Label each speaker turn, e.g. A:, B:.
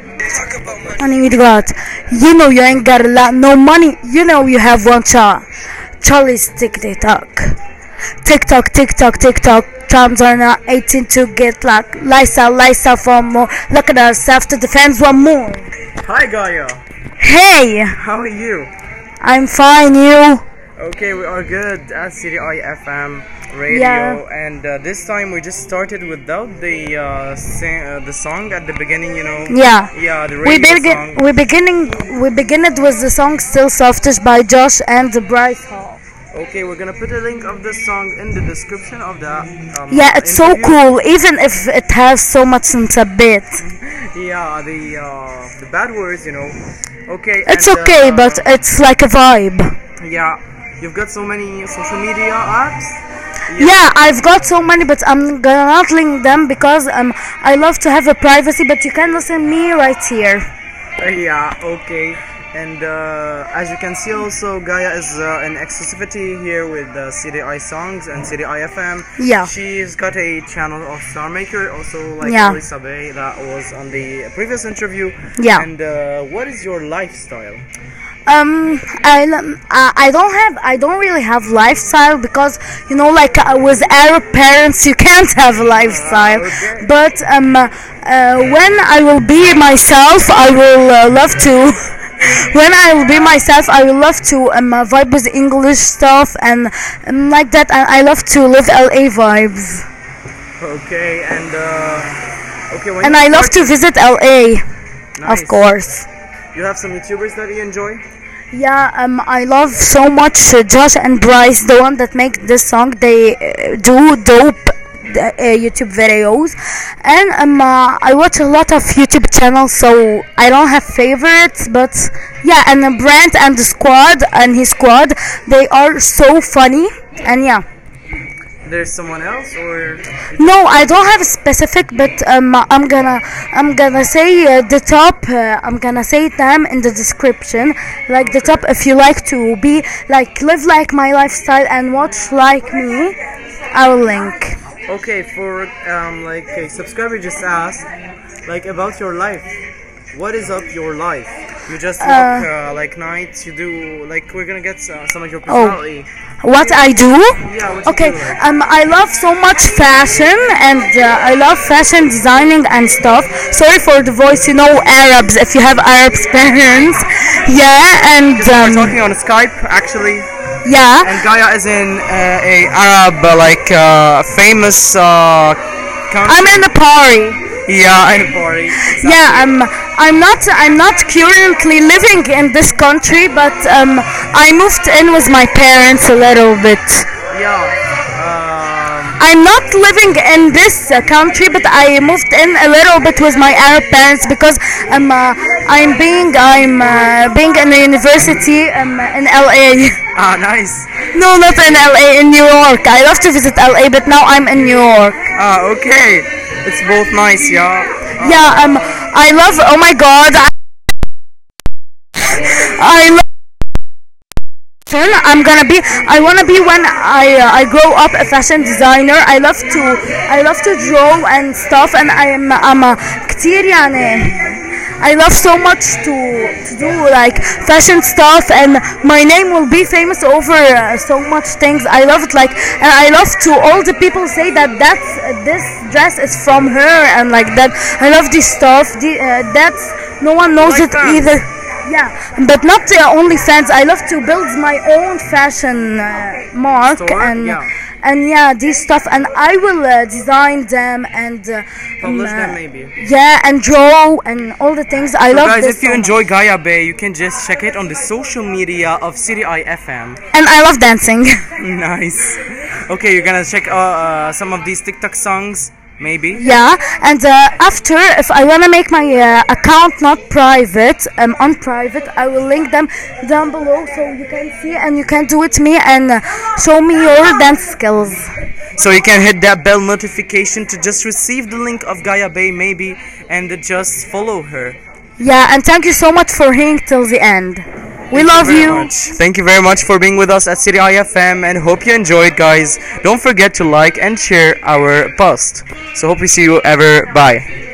A: Talk about money.
B: money with God. You know you ain't got a lot, no money. You know you have one child. Charlie's TikTok. TikTok, TikTok, TikTok. Times are now 18 to get like lifestyle, lifestyle for more. Look at ourselves to defend one more.
C: Hi, Gaia.
B: Hey,
C: How are you?
B: I'm fine, you.
C: Okay, we are good at CDI FM radio,
B: Yeah.
C: and uh, this time we just started without the uh, sing- uh, the song at the beginning. You know.
B: Yeah.
C: Yeah, the radio
B: We
C: song.
B: begin. We beginning. We begin it with the song "Still Softest" by Josh and the Bryce Hall.
C: Okay, we're gonna put a link of this song in the description of the. Um,
B: Yeah, it's so
C: interview.
B: cool. Even if it has so much in a bit,
C: Yeah, the uh, the bad words, you know. Okay.
B: it's
C: and,
B: okay.
C: uh,
B: But it's like a vibe.
C: Yeah, you've got so many social media apps.
B: Yeah, I've got so many, but I'm gonna not link them because um, I love to have a privacy. But you can listen me right here.
C: Uh, yeah. Okay. And uh, as you can see, also Gaia is uh, in exclusivity here with uh, CDI songs and CDI FM.
B: Yeah.
C: She's got a channel of Star Maker, also like
B: Yeah.
C: Elisa Bay that was on the previous interview.
B: Yeah.
C: And uh, what is your lifestyle?
B: Um, I l- uh, I don't have I don't really have lifestyle because you know like uh, with Arab parents you can't have a lifestyle.
C: okay.
B: But um, uh, when I will be myself, I will uh, love to. When I will be myself, I will love to um, uh, vibe with English stuff and, and like that. And I love to live LA vibes.
C: Okay. And uh, okay. When
B: And
C: you
B: I love
C: start-
B: to visit LA,
C: Nice.
B: of course.
C: You have some YouTubers that you enjoy.
B: Yeah, um, I love so much uh, Josh and Bryce, the one that make this song. They uh, do dope uh, YouTube videos, and um, uh, I watch a lot of YouTube channels, so I don't have favorites. But yeah, and uh, Brent and the squad and his squad, they are so funny, and yeah.
C: There's someone else, or
B: No, I don't have a specific, but um, I'm gonna I'm gonna say uh, the top. Uh, I'm gonna say them in the description, like the top. If you like to be like live like my lifestyle and watch like me, I'll link.
C: Okay, for um, like a subscriber just asked, like about your life. What is up your life? You just work uh, like nights. You do like we're gonna get uh, some
B: oh,
C: of your personality.
B: What I do?
C: Yeah. What you
B: Okay.
C: do, like.
B: Um, I love so much fashion, and uh, I love fashion designing and stuff. Sorry for the voice. You know Arabs. If you have Arab parents, yeah, and
C: We're
B: um,
C: talking on Skype actually,
B: yeah.
C: and Gaia is in uh, a Arab uh, like uh, famous uh, country.
B: I'm in a party.
C: yeah, in Bari.
B: Yeah, um, I'm not. I'm not currently living in this country, but um, I moved in with my parents a little bit.
C: Yeah. Um,
B: I'm not living in this uh, country, but I moved in a little bit with my Arab parents because um, uh, I'm being I'm uh, being in the university um, in LA.
C: ah, nice.
B: no, not in LA, in New York. I love to visit LA, but now I'm in New York.
C: Ah, okay. It's both nice, yeah.
B: Yeah, um, I love. Oh my God, I, I love. I'm gonna be. I wanna be when I uh, I grow up a fashion designer. I love to. I love to draw and stuff, and I'm I'm a كتير يعني. I love so much to, to do like fashion stuff, and my name will be famous over uh, so much things. I love it, like, and I love to all the people say that that's this dress is from her, and like that. I love this stuff. The, uh, that's no one knows
C: Like
B: it
C: fans.
B: either. Yeah, but not uh, only fans. I love to build my own fashion uh, mark
C: Store?
B: and
C: Yeah.
B: and yeah, this stuff. And I will uh, design them and uh,
C: Publish
B: um,
C: them
B: uh,
C: maybe.
B: yeah, and draw and all the things. I
C: So
B: love
C: guys,
B: this
C: if you
B: so much.
C: enjoy Gaia Bay, you can just check it on the social media of CDI FM.
B: and I love dancing.
C: nice. Okay, you're gonna check uh, uh, some of these TikTok songs, maybe.
B: yeah, and uh, after, if I wanna make my uh, account not private, um, on private, I will link them down below so you can see and you can do it me and uh, show me your dance skills.
C: So you can hit that bell notification to just receive the link of Gaia Bay, maybe, and just follow her.
B: Yeah, and thank you so much for hearing till the end. We love
C: Very
B: you.
C: much. Thank you very much for being with us at CDI FM, and hope you enjoyed, guys. Don't forget to like and share our post. So hope we see you ever. Bye.